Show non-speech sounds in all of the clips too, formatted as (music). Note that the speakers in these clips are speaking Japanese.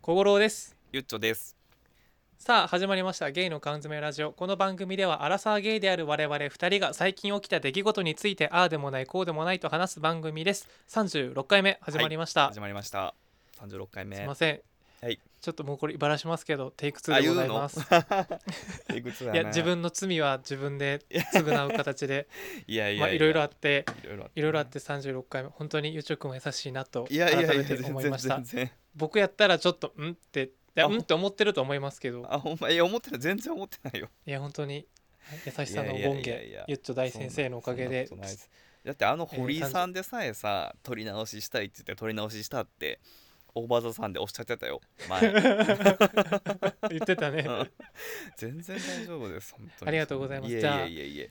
小五郎ですゆっちょです。さあ始まりましたゲイの缶詰ラジオこの番組ではアラサーゲイである我々2人が最近起きた出来事についてああでもないこうでもないと話す番組です36回目始まりました、始まりました。三十六回目。すいません、はいちょっともうこれバラしますけどテイク2でございます (laughs) いあ言うのいくつだねや自分の罪は自分で (laughs) 償う形でいやいやまあいろいろあっていろいろあっていろいろあって36回目本当にゆうちょくんは優しいなといやい改やいやめて全然思いました全然僕やったらちょっとんっていやあうんって思ってると思いますけどあほんまいや思ってない全然思ってないよいや本当に優しさのいやい権やいやいや化ゆっちょ大先生のおかげでそんなそんなことないすだってあのえー堀井さんでさえさ撮り直ししたいって言って撮り直ししたってオーバーザさんでおっしゃってたよ前 (laughs) 言ってたね、うん全然大丈夫です本当にありがとうございますやじゃあいやいやい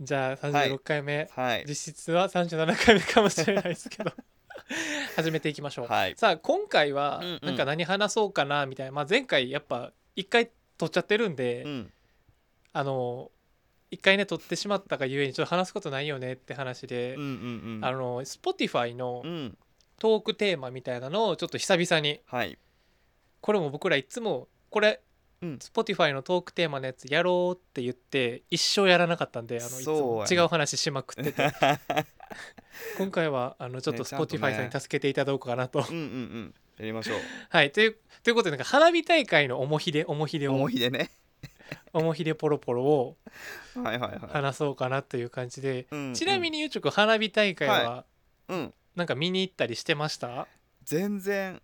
じゃあは36い回目、やはい実質は37回目かもしれないですけど (laughs) 始めていきましょう、はいさあ今回はうんうんなんか何話そうかなみたいな、まあ、前回やっぱ1回撮っちゃってるんで、うんあの1回ね撮ってしまったがゆえにちょっと話すことないよねって話で、うんうんうんあの Spotify のうんトークテーマみたいなのをちょっと久々にはいこれも僕らいつもこれ、うん Spotify のトークテーマのやつやろうって言って一生やらなかったんであのいつもそう違やねう話しまくって (laughs) て今回はあのちょっとねちゃんと Spotify さんに助けていただこうかなと。 (laughs) うんうんうんやりましょうはいというということでなんか花火大会のおもひでおもひでを (laughs) 思い出ねおもひでポロポロをはいはいはい話そうかなという感じで、うんうんちなみにゆうちょくん花火大会はうんなんか見に行ったりしてました、全然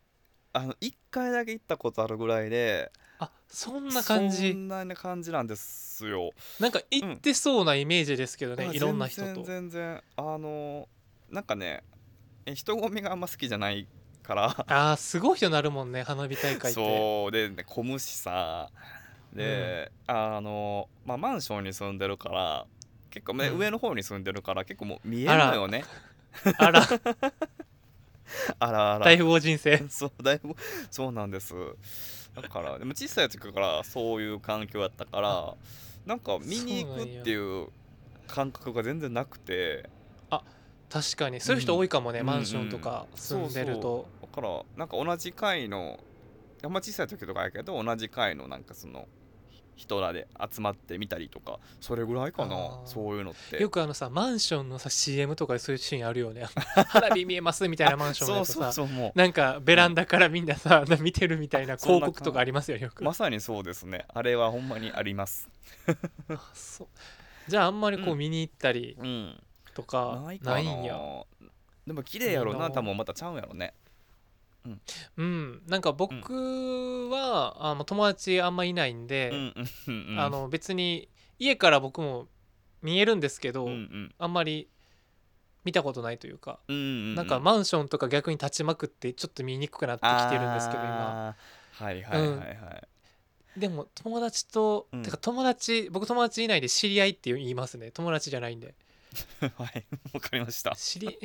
あの1回だけ行ったことあるぐらいであそんな感そじんな感じなんですよ、なんか行ってそうなイメージですけどね、まあいろんな人全然と。全然あのなんかねえ人混みがあんま好きじゃないからあーすごい人なるもんね花火大会ってそうで、ね、小虫さで、あのまあマンションに住んでるから結構、ねうん上の方に住んでるから結構もう見えるのよねあらあらあら大富豪人生 (laughs) そうだいぶそうなんですだからでも小さい時からそういう環境やったからなんか見に行くっていう感覚が全然なくて確かにそういう人多いかもね、うんマンションとか住んでると、だからなんか同じ階のあんま小さい時とかやけど同じ階のなんかそのひ人らで集まってみたりとかそれぐらいかなあーそういうのってよくあのさマンションのさ CM とかでそういうシーンあるよね花火見えますみたいなマンションそだうとそうさそうもなんかベランダからみんなさ、見てるみたいなそん広な告とかありますよねようく、まさにそうですねあれはほんまにありますあそうじゃああんまりこううん見に行ったりうんとかないかなないんや、でも綺麗やろいいなな多分またちゃうんやろねうんなんか僕は、あまあ友達あんまいないんで、うんうんうんうんあの別に家から僕も見えるんですけど、うんうんあんまり見たことないというか、うんうんうなんかマンションとか逆に立ちまくってちょっと見にくくなってきてるんですけど今あーはいはいはいはい、でも友達と、うんてか友達僕友達いないで知り合いって言いますね友達じゃないんではいわかりました、知り (laughs)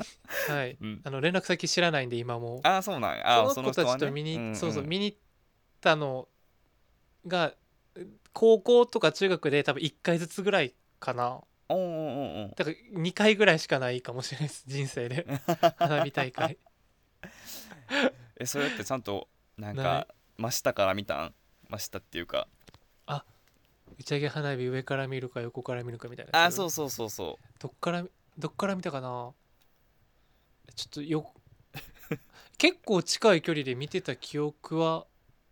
はい (laughs) うん、あの連絡先知らないんで今もああそうなんやあーその子た人はちねと見に、んんそうそう見に行ったのが高校とか中学で多分1回ずつぐらいかなおんおんおんおんだから2回ぐらいしかないかもしれないです人生 (laughs) で花火大会えそれってちゃんとなんなか真下から見たん真下っていうか打ち上げ花火上から見るか横から見るかみたいなあーそううそうそうそどっからどっから見たかなちょっとよ (laughs) 結構近い距離で見てた記憶は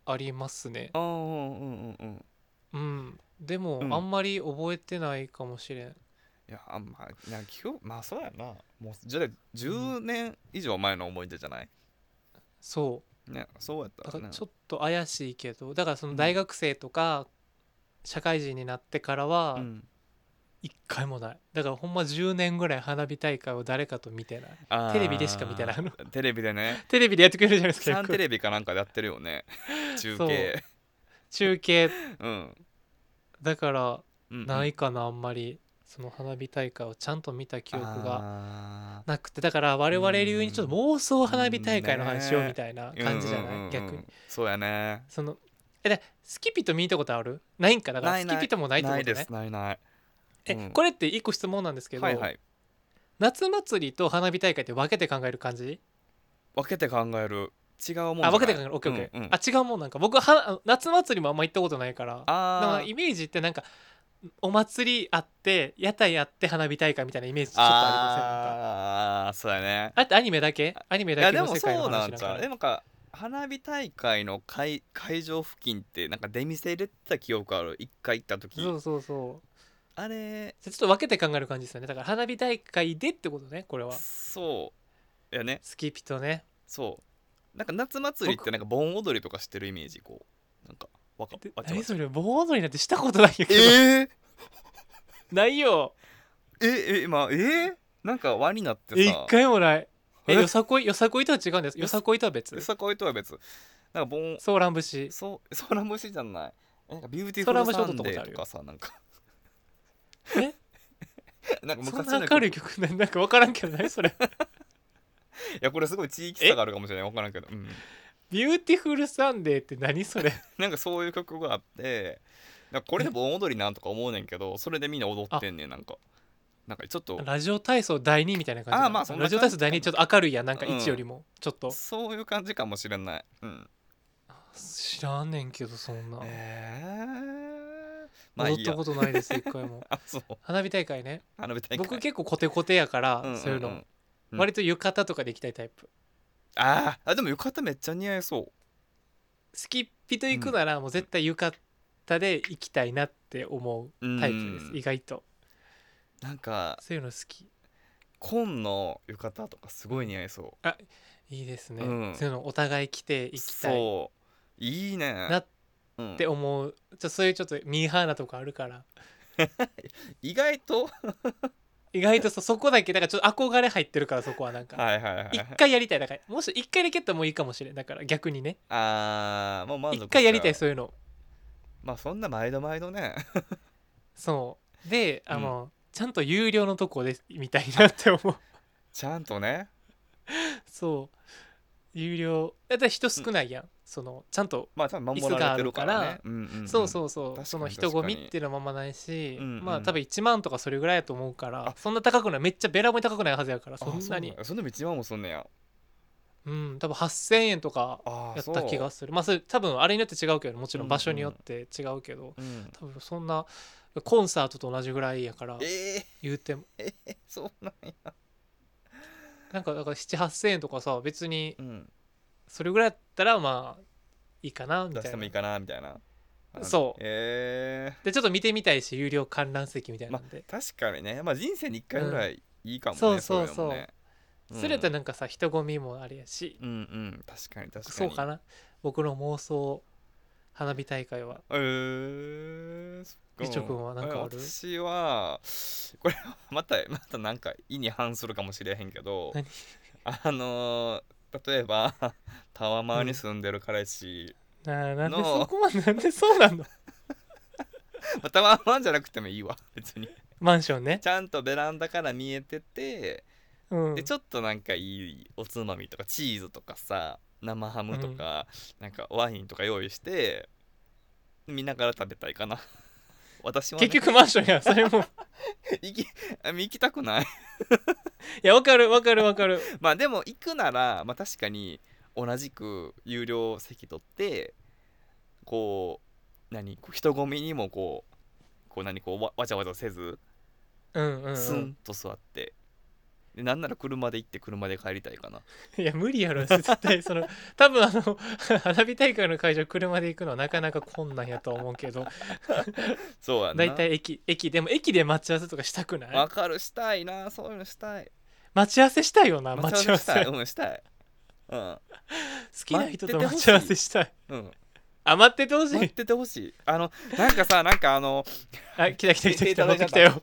ありますねううんうんうんうんうんうんでも、うんあんまり覚えてないかもしれんいやあんまあなんか記憶まあそうやなもうじゃあ10年以上前の思い出じゃない、そねそうやっうだたからねちょっと怪しいけどだからその大学生とか社会人になってからはうん、一回もないだからほんま10年ぐらい花火大会を誰かと見てないテレビでしか見てないあのあーテレビでね (laughs) テレビでやってくれるじゃないですかよサンくテレビかなんかでやってる (laughs) よね中継中継うん、だからうん、ないかなあんまりその花火大会をちゃんと見た記憶ががなくてだから我々流にちょっと妄想花火大会の話をねみたいな感じじゃない、逆にそうやねそのえだスキピと見たことあるないんかだからないスないキピともないってこなといねですないないえ、うんこれって一個質問なんですけど、はいはい夏祭りと花火大会って分けて考える感じ分けて考える違うもんじゃないあ分けて考えるオッケーオッケー、うんうんあ違うもんなんか僕は夏祭りもあんま行ったことないからだかあらーイメージってなんかお祭りあって屋台あって花火大会みたいなイメージちょっとありませんなんかあーそうやねあれってアニメだけアニメいだやけでのも世そ界のうな話んだちかゃらうでもなんか花火大会の会会場付近ってなんか出店入れてた記憶ある一回行った時そうそうそうあれちょっと分けて考える感じですよねだから花火大会でってことねこれはそうやねスキピとねそうなんか夏祭りって僕なんか盆踊りとかしてるイメージこうなんかわかでわちゃわ何ちそゃれ盆踊りなんてしたことないんやけど、えー、ないよええ今えー、なんか輪になってえ一さ回もないええよさこいよさこいとは違うんですよさこいとは別よさこいとは別なんか盆ソーラン節そうソーラムシじゃないなんかビューティフルサンデーとかさなんか (laughs) えなんかそん昔なの明るい (laughs) 曲ななんか分からんけど何それいやこれすごい地域差があるかもしれない分からんけど、うん、ビューティフルサンデーって何それなんかそういう曲があってなんかこれで盆踊りなんとか思うねんけどそれでみんな踊ってんねんなんかなんかちょっとラジオ体操第2みたいな感じかなあーまあそんなラジ感じオ体操第2ちょっと明るいやんなんか1よりも、ちょっとそういう感じかもしれない、うん、知らんねんけどそんな、えー、まあい踊っいやたことないです一回 (laughs) もあそう花火大会ね花火大会僕結構コテコテやから、んんんそういうの、うん割と浴衣とかで行きたいタイプあーあでも浴衣めっちゃ似合いそうスキッピと行くならもう絶対浴衣で行きたいなって思うタイプです、うん意外となんかそういうの好き紺の浴衣とかすごい似合いそいいですね、うんそういうのお互い着てう行きたいそういいねなっうんて思うちょそういうちょっとミーハーなとこあるから意外と意外とそそこだけだからちょっと憧れ入ってるからそこはなんかはいはいはいはい一回やりたいだからもし一回だけやったらもういいかもしれんだから逆にねあーもう満足一回やりたいしちゃそういうのうまあそんな毎度毎度ね (laughs) そうであの、ちゃんと有料のとこでみたいなって思うちゃんとね (laughs) そう有料だって人少ないやん、そのちゃんとまあ多分守られてるから椅子があるねかうんうんんそうそうそう、確かにその人混みっていうのはままないし、うんうんまあ多分1万とかそれぐらいやと思うから、あそんな高くないめっちゃべらぼうに高くないはずやからあそんなにうそんな一万もすんねやうん多分8,000円とかああやった気がするまあそれ多分あれによって違うけどもちろん場所によって違うけど、うん多分そんなコンサートと同じぐらいやからええ言うても (laughs) そうなんやなんかだから7,8,000円とかさ別にうんそれぐらいやったらまあいいかなみ出たしいてもないいかなみたいなそうえでちょっと見てみたいし有料観覧席みたいえなまあんで、確かにねまあ人生に一回ぐらいいいかもねそうそうれもねうんそれやったらなんかさ人混みもあれやし、うんうん確かに確かにそうかな僕の妄想花火大会はえー、そっかみちょくんはなんかあるえ私はこれはまたまたなんか意に反するかもしれへんけど何あのー例えばタワマンに住んでる彼 (laughs) 氏、なあなんでのそこまでなんでそうな (laughs) のまあタワマンじゃなくてもいいわ別にマンションね、ちゃんとベランダから見えてて、うん、でちょっとなんかいいおつまみとかチーズとかさ生ハムとか、なんかワインとか用意して見ながら食べたいかな (laughs) 私は、ね、結局マンションやそれも (laughs) い行き (laughs) 行きたくない (laughs) やわかるわかるわかるまあでも行くなら、まあ、確かに同じく有料席取ってこう何こう人混みにもこうこう何こうわわちゃわちゃせずうんうん、うスンん、と座って、でなんなら車で行って車で帰りたいかないや無理やろ絶対その (laughs) 多分あの花火大会の会場車で行くのはなかなか困難やと思うけどそうやな大体駅駅でも駅で待ち合わせとかしたくないわかるしたいなそういうのしたい待ち合わせしたいよな待ち合わしたいせ好うんしたいうんきな人と待っててほしい待ち合わせしたいうん、あ待っててほし待っいててほしいあのなんかさなんかあのあ来た来た来た来いたただ持いっちゃてきったたよ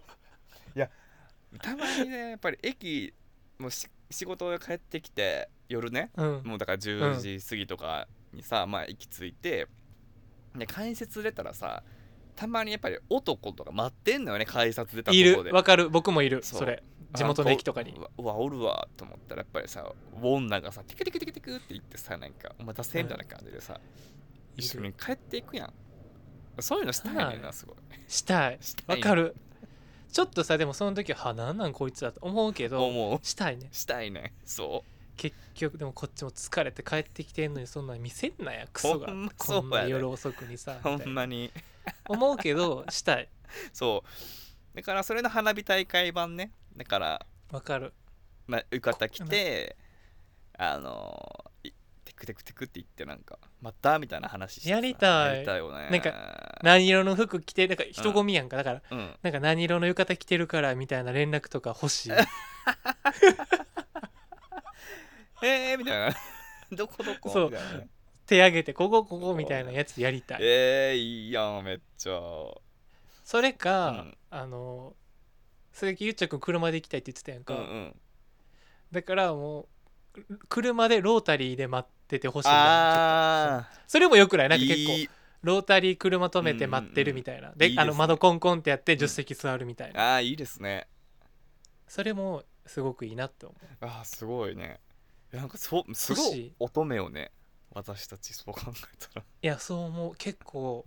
たまにねやっぱり駅もうし仕事で帰ってきて夜ねうんもうだから10時過ぎとかにさ、まあ行き着いてで改札出たらさたまにやっぱり男とか待ってんのよね改札出たとこいでるわかる僕もいるそうそれ地元の駅とかにあこううわうわおるわと思ったらやっぱりさウォンナがさテクテクテクテクって言ってさなんかお待たせみたいな感じでさ、い一緒るに帰っていくやんそういうのしたいねんなすごいしたいしたわいねかるちょっとさでもその時はあなんなんこいつだと思うけど思うしたいねしたいねんそ結局でもこっちも疲れて帰ってきてんのにそんなん見せんなやクソがほんまそうこやでんな夜遅くにさほみたんいなまに思うけどしたいそうだからそれの花火大会版ねだから、わかるまあ、浴衣着てあのいテクテクテクって言ってなんかまたみたいな話してさやりたいやりたいよねなん何色の服着てなんか人混みやんかだからうんなんか何色の浴衣着てるからみたいな連絡とか欲しいえー、みたいな (laughs) どこどこそうみたいなね手挙げてここここみたいなやつやりたいえー、いいやんめっちゃそれかうんあの鈴木ゆっちゃくん車で行きたいって言ってたやんうんうかんだからもう車でロータリーで待っててほしいなああそれもよくないなんか結構いいロータリー車止めて待ってるみたいな、でいいですあねの窓コンコンってやってん助手席座るみたいな、あーいいですねそれもすごくいいなって思うあーすごいねいやなんかそうすご欲しいい乙女よね私たちそう考えたらいやそう思う結構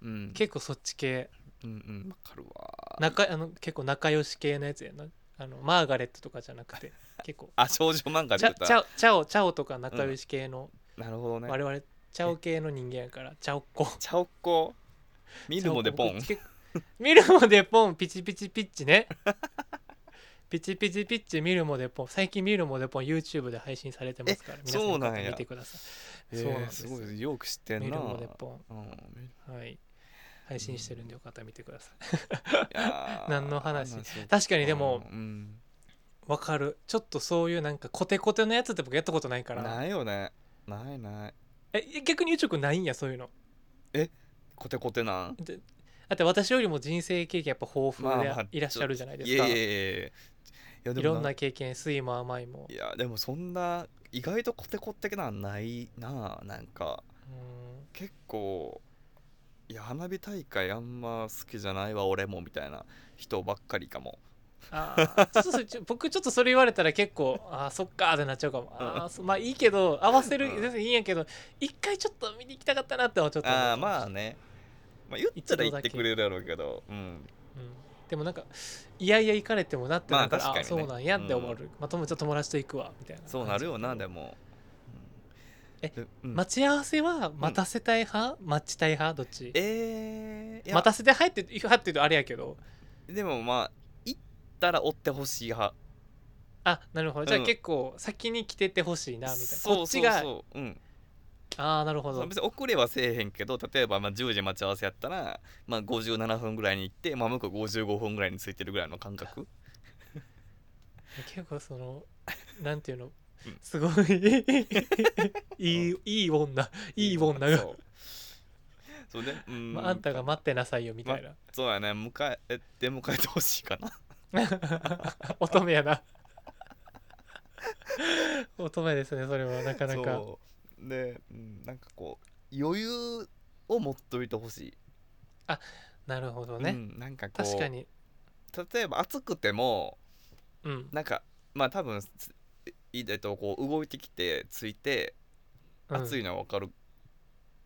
うん結構そっち系うんうんわかるわ仲あの結構仲良し系のやつやなあのマーガレットとかじゃなく (laughs) て結構あ少女漫画チャ出チャたオチャオチャオとか仲良し系の、なるほどね我々チャオ系の人間やからチャオっ子チャオッコ見るもでポチャオンっ子結構見るもでポンピチピチピッチね (laughs) ピチピチピッチ見るもでポン最近見るもでポン YouTube で配信されてますから皆さんそうよなかんっやたら見てくださいえそうなんーですすごいよく知ってん見なるもでポンうん、いはい配信してるんでよかったら見てくださいや (laughs) ー何の話なんかそう確かにでもうんわかるちょっとそういうなんかコテコテのやつって僕やったことないからないよねないないえ逆に宇宙くんないんやそういうのコテコテなんでだって私よりも人生経験やっぱ豊まあ富まあでいらっしゃるじゃないですいかやいやいやいやいやいでろもんな経験酸いも甘いもいやでもそんな意外とコテコテなんないなあなんかうん結構いや花火大会あんま好きじゃないわ俺もみたいな人ばっかりかもあーちょっとそれちょ僕ちょっとそれ言われたら結構あーそっかーってなっちゃうかもあーそまあいいけど合わせるうん全然いいんやけど一回ちょっと見に行きたかったなってはちょっと思っあたあまあね、まあ、言ったら言ってくれるだろうけどうんうんでもなんかいやいや行かれてもなってなったら、まああ確かにねそうなんやって思う、うまあ友達と友達と行くわみたいなそうなるよなでもも、えでうん待ち合わせは待たせたい派、待ちたい派どっちえー、いや待たせて入って行く派っていうとあれやけどでもまあ行ったら追ってほしい派あなるほどじゃあうん結構先に来ててほしいなみたいな、こそっうちそうがそううんああなるほそどう別に遅れはせえへんけど例えばまあ10時待ち合わせやったら、まあ、57分ぐらいに行って、まあ、向こう55分ぐらいについてるぐらいの感覚結構そ (laughs) のなんていうのうんすごいいいいい女いい女がそうそうね、うんまあ、あんたが待ってなさいよみたいな、そうやね迎えて迎えてほしいかな乙女やな乙女ですねそれはなかなかそうで、うん、なんかこう余裕を持っといてほしなるほどい、うね、んなんかこう確かに例えば暑くてもうんなんかまあ多分ついえっとこう動いてきてついて暑いいのは分かる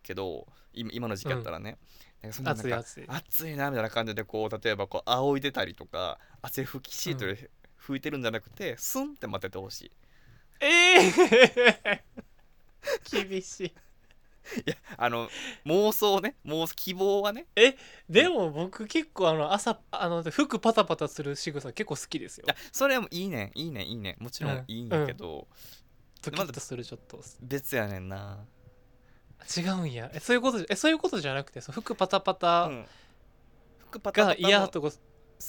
けど、今今の時期やったらね、なんかそんななん暑いか暑い暑いなみたいな感じでこう例えばこう仰いでたりとか汗拭きシートで拭いてるんじゃなくて、スンって待っててほしいええ (laughs) 厳しいいやあの妄想ね妄想希望はねでも僕結構あの朝あの服パタパタする仕草結構好きですよいやそれもいいねんいいねんいいねんもちろうんんいいんやけど、ドキッとするちょっと別やねんな、違うんやえそういうことじゃえそういうことじゃなくてその服パタパうタん、服パタがパタ嫌も好とこ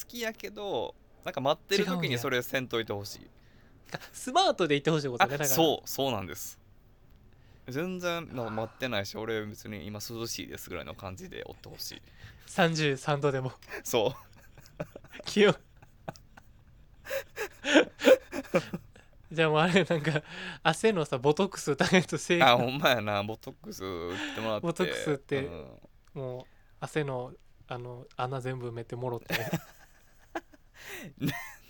きやけどなんか待ってる違うん時やにそれせんといてほしいあスマートで言ってほしいことねだからあそうそうなんです全然まあ待ってないし俺別に今涼しいですぐらいの感じでおってほ (laughs) しい33度でも (laughs) そう気温 (laughs) じゃあもうあれなんか汗のさボトックス打たないと正あほんまやなボトックス打ってもらってボトックス打ってうんもう汗のあの穴全部埋めてもろって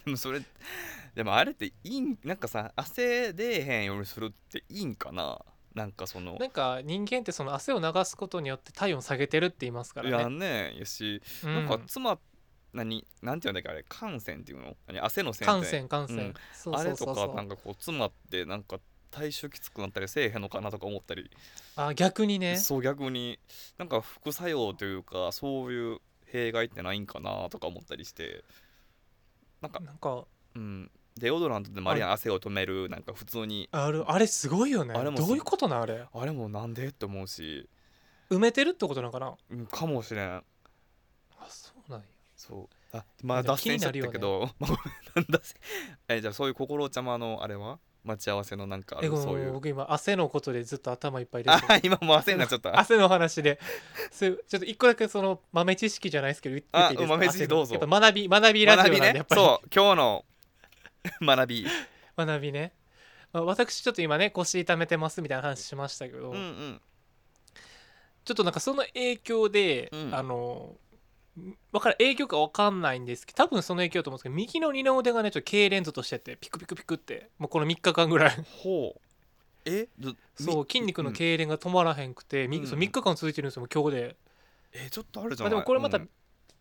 でもそれでもあれっていいんなんかさ汗出えへんようにするっていいんかななんか (laughs) そのなんか人間ってその汗を流すことによって体温下げてるって言いますからねやんねんやし、うんなんか妻何なんていうんだっけあれ汗腺っていうの何汗の腺感って染感染、うんそうあそれうとそうかそうなんかこう詰まってなんか体臭きつくなったりせえへんのかなとか思ったりあ逆にねそう逆になんか副作用というかそういう弊害ってないんかなとか思ったりしてなんか、なんかうん、デオドラントでもあるやん汗を止めるなんか普通にあるあれすごいよねあれもすどういうことなんあれあれもなんでって思うし、埋めてるってことなんかなうん、かもしれんあそうなんやそうあまあでも脱線しちゃった気にけなるど、まあ (laughs) ごめん脱線えじゃあそういう心ちゃまのあれは待ち合わせのなんかあえるごめんそういう僕今汗のことでずっと頭いっぱい出てあ (laughs) る今もう汗になっちゃっ (laughs) た汗の話でそうちょっと一個だけその豆知識じゃないですけど言っ言あっていいですか豆知識汗のどうぞやっぱ学び学びラジオ学なんびで、ねやっぱりそう今日の (laughs) 学び学びね、まあ、私ちょっと今ね腰痛めてますみたいな話しましたけど、うんうんちょっとなんかその影響で、うんあのわから影響かわかんないんですけど多分その影響だと思うんですけど右の二の腕がねちょっと痙攣ずっとしててピクピクピクってもうこの3日間ぐらいほうえどそうみ筋肉のん痙攣が止まらへんくて、みうんそう3日間続いてるんですよもう今日で、えちょっとあるじゃまあ、ない、でもこれまた、うんい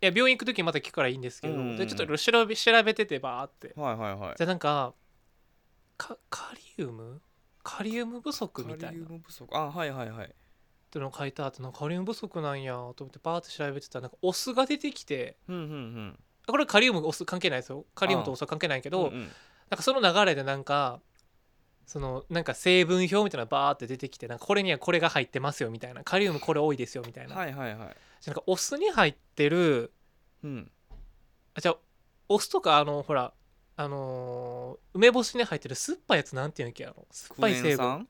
や病院行く時にまた聞くからいいんですけど、うんでちょっと調べ調べててバーってはいはいはいじゃあなんかかカリウムカリウム不足みたカいリなウム不足あはいはいはいってのが書いてあってなんかカリウム不足なんやと思ってバーって調べてたらなんかお酢が出てきてうんうんうんあこれカリウムお酢関係ないですよカリウムとお酢は関係ないけど、うんうんなんかその流れでなんかそのなんか成分表みたいなのバーって出てきてなんかこれにはこれが入ってますよみたいなカリウムこれ多いですよみたいな,、はいはいはいなんかお酢に入ってるうんあじゃあお酢とかあのほらあのー梅干しに入ってる酸っぱいやつなんていうんやっけやろ酸っクぱいエ成分ン酸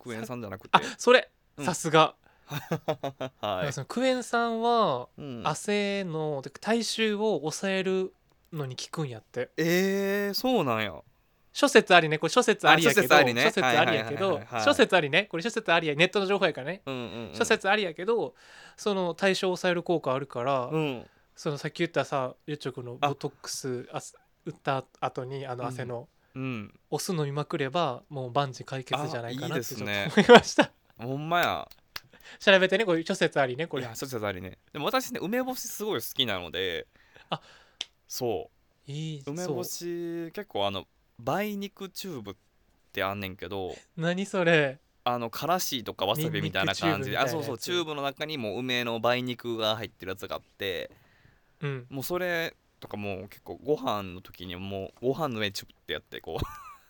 クエン酸じゃなくてあそれうんさすが、なんはかそのクエン酸はい、うん、汗のてか体臭を抑えるのに効くんやってえー、そうなんや諸説ありねこれ諸説ありやけどあ諸説ありね諸説ありやけはいどはいはいはいはい諸説ありねこれ諸説ありやネットの情報やからねうんうん、うん、諸説ありやけどその体臭を抑える効果あるから、うんそのさっき言ったさゆっちょくんのあボトックスあす打った後にあの汗の、うんお酢飲みまくればもう万事解決じゃないかなってちょっとあいいですね思いました、 (laughs) ほんまや調べてねこれ諸説ありねこいれや諸説ありねでも私ね梅干しすごい好きなのであそいいう梅そ干し結構あの梅肉チューブってあんねんけどう何それあのからしとかわさびみたいな感じでニンニクチューブみたいなやあつそうそうチューブの中にもう梅の梅肉が入ってるやつがあってうんもうそれとかもう結構ご飯の時にもうご飯の上にチュッってやって (laughs) こ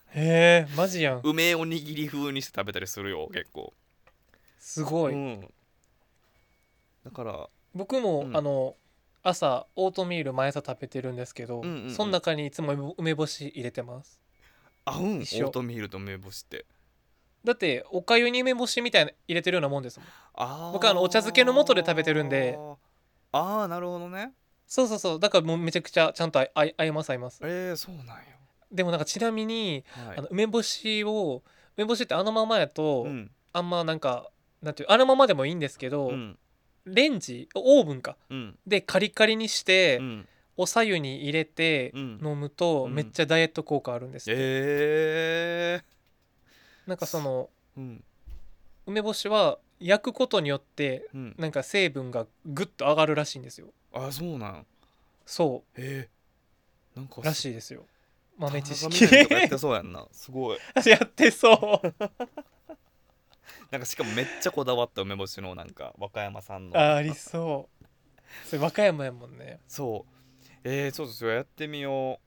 へえマジやんう梅おにぎり風にして食べたりするよ結構すごい、うんだから僕も、うんあの朝オートミール毎朝食べてるんですけど、うんうんうんその中にいつも梅梅干し入れてます合うんオ一緒ートミールと梅干しってだっておかゆに梅干しみたいな入れてるようなもんですもんあー僕はあのお茶漬けの素で食べてるんでああなるほどねそうそうそうだからもうめちゃくちゃちゃんとあいあい合います合いますえー、そうなんや、でもなんかちなみに、はいあの梅干しを梅干しってあのままやと、うんあんまなんかなんていうあのままでもいいんですけど、うんレンジオーブンかうんでカリカリにして、うんおさゆに入れてうん飲むと、うんめっちゃダイエット効果あるんですって、えなんかそのー、うん梅干しは焼くことによってうんなんか成分がぐっと上がるらしいんですよあそうなんそえー、なんかうらしいですよ豆知識田中みな実とかやってそうやんな (laughs) すごいやってそうなんかしかもめっちゃこだわった梅干しのなんか和歌山さんのあありそうそれ和歌山やもんねそうえー、そうですよやってみよ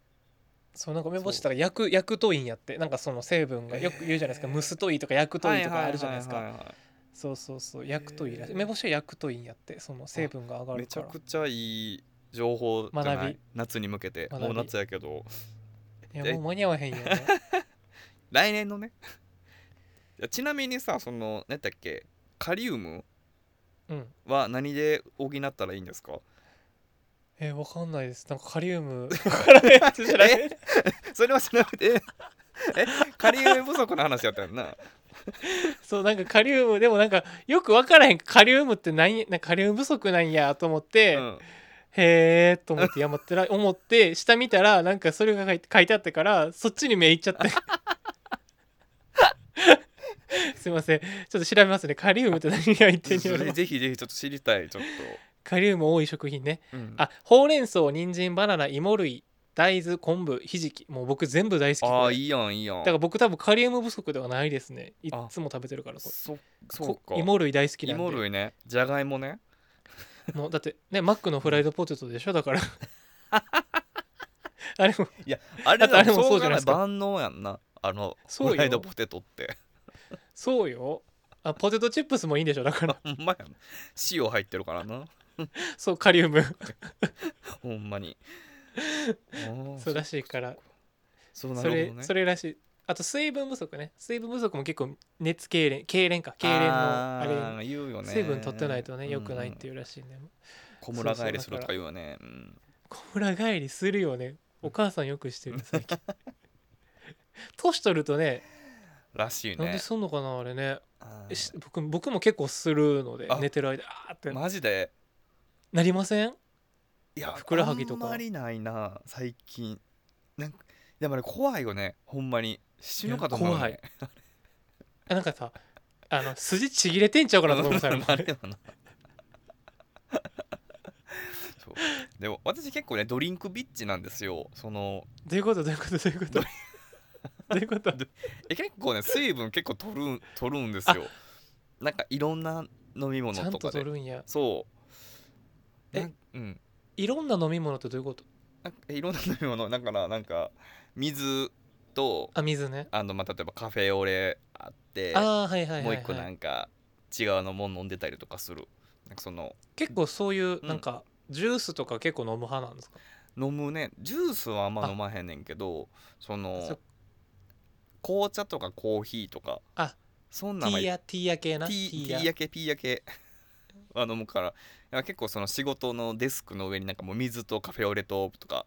そうなんか梅干しとか焼く焼くといいんやってなんかその成分がよく言うじゃないですか、えー蒸すといいとか焼くうといいとかあるじゃないですか、はははそうそうそう焼くといいらしい、えー梅干しは焼くといいんやってその成分が上がめるちかゃらくちゃいい情報じゃな学いび夏に向けて学びもう夏やけどいやもう間に合わへんよ (laughs) ね来年のねいやちなみにさその何だっけカリウムうんは何で補ったらいいんで (laughs) すかえー、わかんないですなんかカリウム (laughs) わから (laughs) ないやつじゃないそれは調べてえカリウム不足の話やったよなそうなんかカリウムでもなんかよく分からへんカリウムってなんやなんかカリウム不足なんやと思って、うんへえと思ってやまってら (laughs) 思って下見たらなんかそれが書いて書いてあったからそっちに目いっちゃって (laughs) すいませんちょっと調べますねカリウムって何が言ってんやろぜひぜひちょっと知りたいちょっとカリウム多い食品ねうんあほうれん草人参バナナ芋類大豆昆布ひじきもう僕全部大好きあこーれいいやんいいやんだから僕多分カリウム不足ではないですねいっあつも食べてるからこれそそうこか芋類大好きなんで芋類ねじゃがいもねもうだってねマックのフライドポテトでしょだ (laughs) からあれもあれ (laughs) だっだてあれもそそうじうじゃゃないでないすか万能やんなあのそうよフライドポテトって (laughs) そうよあポテトチップスもいいんでしょだからほんまやな塩入ってるからなそうカリウムほん (laughs) まにあーそうらしいからそうなそるれほどねそれらしいあと水分不足ね水分不足も結構熱痙攣痙攣か痙攣のあれー言うよね水分取ってないとね良くないっていういうらしいね小村帰りするとか言うよねうん小村帰りするよねお母さんよくしてる最 (laughs) 近年取るとねらしいなんでねすんのかなあれねあえーし僕僕も結構するのであ寝てる間あーってマジでなりませんいやふくらはぎとかあんまりないな最近なんかでもあれ怖いよねほんまに死ぬかと思うよね、いやあなんかさあの筋ちぎれてんちゃうかなと思います (laughs) よなるよなそうでも私結構ねドリンクビッチなんですよそのどういうことどういうことどういうことどういうことえ結構ね水分結構取るん取るんですよなんかいろんな飲みち物ゃんととか取でるんやそうえなんうんいろんな飲み物ってどういうことなんかえいろんな飲み物だからなんか水とあ水ねあの、まあ、例えばカフェオレあってああはいはいはい、はい、もう一個なんか違うのもん飲んでたりとかするなんかその結構そういううんなんか、ジュースとか結構飲む派なんですか飲むねジュースはあんまあ飲まへんねんけどそその紅茶とかコーヒーとかあそんテなんィはーヤテティーヤ系なィーティーヤやけピーやけ (laughs) は飲むからだから結構その仕事のデスクの上になんかもう水とカフェオレととか、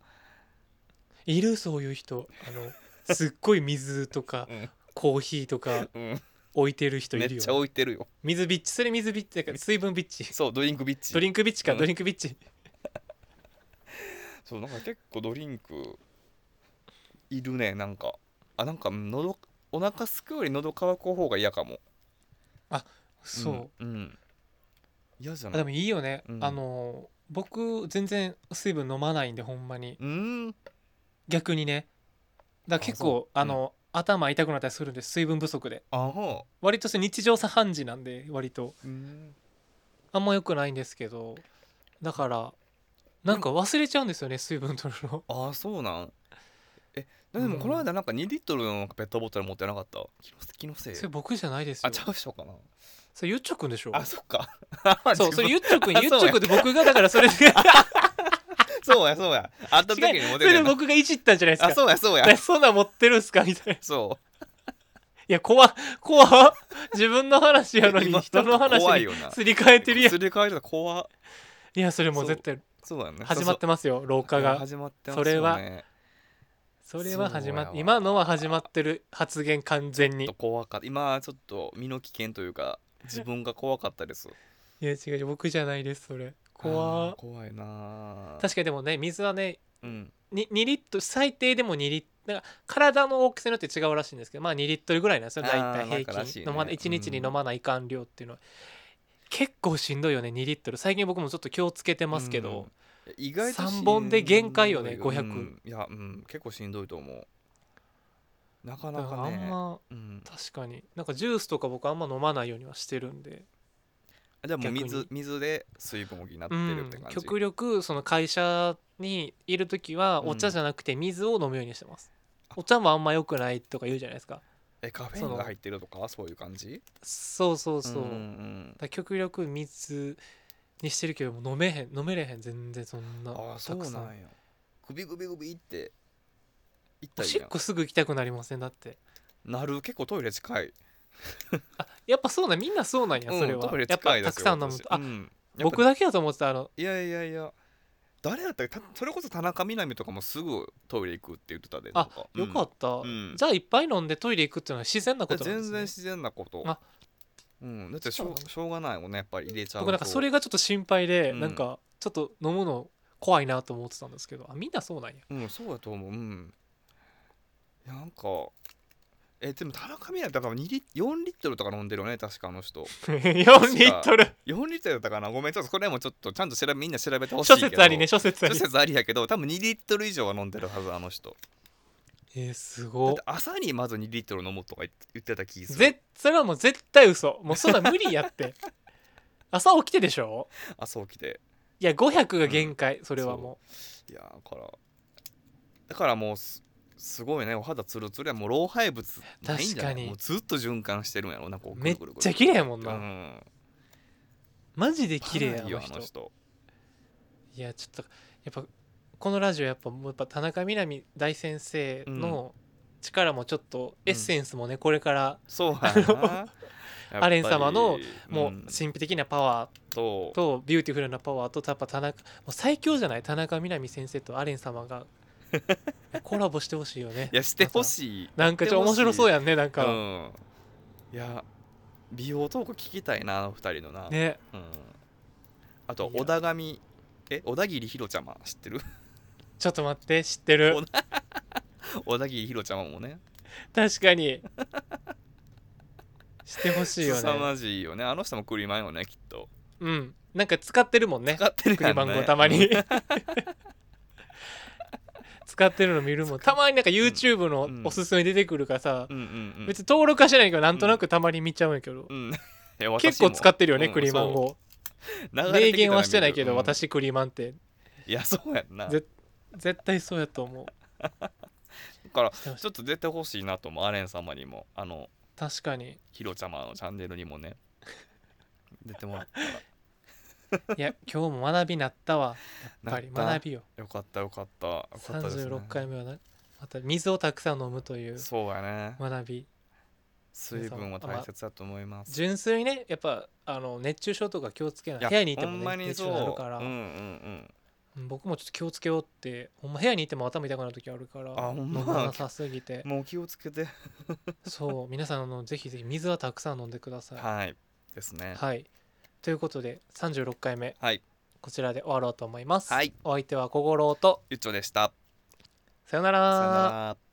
いるそういう人あのすっごい水と (laughs) かうんコーヒーとかうん置いてる人めいっるよちゃ置いてるよ水ビッチそれ水ビッチだから水分ビッチそうドリンクビッチドリンクビッチか、うんドリンクビッチそうなんか結構ドリンクいるねなんかあなんかうん喉お腹すくより喉乾く方が嫌かもそう、うん、うん嫌じゃあなでいもいいよね、うんあの僕全然水分飲まないんでほんまにうん逆にねだから結構ああそううんの、頭痛くなったりするんで水分不足であほ割とそれ日常茶飯事なんで割とううんあんま良くないんですけどだからなんか忘れちゃうんですよね水分取るのあそうなんえでもうんこの間なんか2リットルのなんかペットボトル持ってなかった気のせ気のせいそれ僕じゃないですよあちゃう人かなそれゆっちょくんでしょあそっか (laughs) そう、それゆっちょくん、あゆっちょくんって僕がだからそれで、そうやそうやあった時に違持うっそてたれでやな僕がいじったんじゃないですあか。そうやそうだからやそんなん持ってるんすかみたいな。いそや、怖っ怖っ自分の話やのに今人の話怖いによなすり替えうてるやん。すり替えてた怖っいや、それもう絶対そうだよね始まってますよ、廊そ下うそうが。始まってますそよねれはそれは始まっそうやわ今のは始まってる発言完全ちょにっと。怖かった今はちょっと身の危険というか自分が怖かったですいや、違う、僕じゃないです、それ。怖あーっ怖いなー確かにでもね、水はね、うんに2リットル、最低でも2リットル。なんか体の大きさによって違うらしいんですけどまあ2リットルぐらいなんですよあ大ー体なん平からし均いね飲まない1日にうん飲まないかん量っていうのは、結構しんどいよね2リットル最近僕もちょっと気をつけてますけど、うん、意外としんどい三本で限界よね500うんいやうん結構しんどいと思うなかだなからかあねんまうん、確かになんかジュースとか僕あんま飲まないようにはしてるんで、じゃあもう水逆水で水分を補ってるうっんて感、じ、極力その会社にいる時はお茶じゃなくて水を飲むようにしてます、うんお茶もあんま良くないとか言うじゃないですかえカフェインが入ってるとかそういう感じそうそうそう、んだかんら極力水にしてるけども飲めへん飲めれへん全然そんなうん、ああそたうくさなんんやグビグビグビっていっおたりしっこすぐ行きたくなりませんだってなる結構トイレ近いあやっぱそうなんみんなそうなんやそれうん、は、トイレやっ近ぱいでたすくよさん飲む私とあ、うんやっぱ僕だけだと思ってたあのいやいやいや誰だったかたそれこそ田中みな実とかもすぐトイレ行くって言ってたであとかよかった、んじゃあいっぱい飲んでトイレ行くっていうのは自然なうこんとなんで全す、然ね、自然なことあうん、だってしそうょなうしょうがないもんねやっぱり入れちゃうと僕なんかそれがちょっと心配で、うんなんかちょっと飲むの怖いなと思ってたん (laughs) ですけどあみんなそうなんやうんそうやと思ううんいやなんかえでも田中みな実だから2リ4リットルとか飲んでるよね確かあの人4リットル4リットルだったかなごめんちょっとこれもちょっとちゃんと調べみんな調べてほしい諸けど説ありね諸説あ諸り説ありやけど多分2リットル以上は飲んでるはずあの人えー、すだっごて朝にまず2リットル飲むとか言って言ってた気するぜそれはもう絶対嘘もうそんな無理やって (laughs) 朝起きてでしょ朝起きていや500が限界、それはもいやーだからだからもうすすごいねお肌ツルツルやもう老廃物ないんじゃな確かいにもうずっと循環してるんやろなんかこううめっぐるぐるぐるちゃ綺麗やもんうな、んマジで綺麗やかなありよのあの人人いやちょっとやっぱこのラジオやっぱもうやっぱ田中みな実大先生の力もちょっと、うんエッセンスもねこれからそうやなやっぱりアレン様のもうん神秘的なパワとーとビューティフルなパワーとやっぱ田中もう最強じゃない田中みな実先生とアレン様 (laughs) がコラボしてほしいよねいやしてほしいなんかちょっと面白そうやんねなんうか、んいや美容トーク聞きたいなあの二人のな、ねうん、あといや小田上え小田切ひろちゃま知ってる (laughs) ちょっと待って知ってるお小田切ひろちゃまもね確か (laughs) にしてほしいよ凄ねまじいよねあの人もクリマンよねきっとうんなんか使ってるもんね使ってる送りやんね番号たまに (laughs) 使ってるの見るもんたまになんか YouTube のうんおすすめ出てくるからさ、うんうんうん別に登録はしてないけどなんとなくたまに見ちゃうんやけど、うん、い (laughs) や私も結構使ってるよね、うんクリマンをそ明う流れてきたら見る言はしてないけど、うん私クリマンっていやそうやんなぜ絶対そうやと思 (laughs) うからしてほしちょっと出てほしいなと思うアレン様にもあの確かにひろちゃまのチャンネルに (laughs) もね出てもらっいや今日も学びなったわやたっぱりなった学びよよかったよかったよかったですね36回目はなまた水をたくさん飲むというそうやね学び水分は大切だと思います純粋にねやっぱあの熱中症とか気をつけないいや部屋にいても、ほんね、まに熱そ中う症になるから、うんうんうんうん僕もちょっと気をつけようってほんま部屋にいても頭痛くなる時あるからあほんま飲まなさすぎ (laughs) てもう気をつけてそう皆さんあのぜひぜひ水はたくさん飲んでください。ははいですねい、ということで36回目はいこちらで終わろうと思います。はいお相手は小五郎とゆっちょでしたさよならさよなら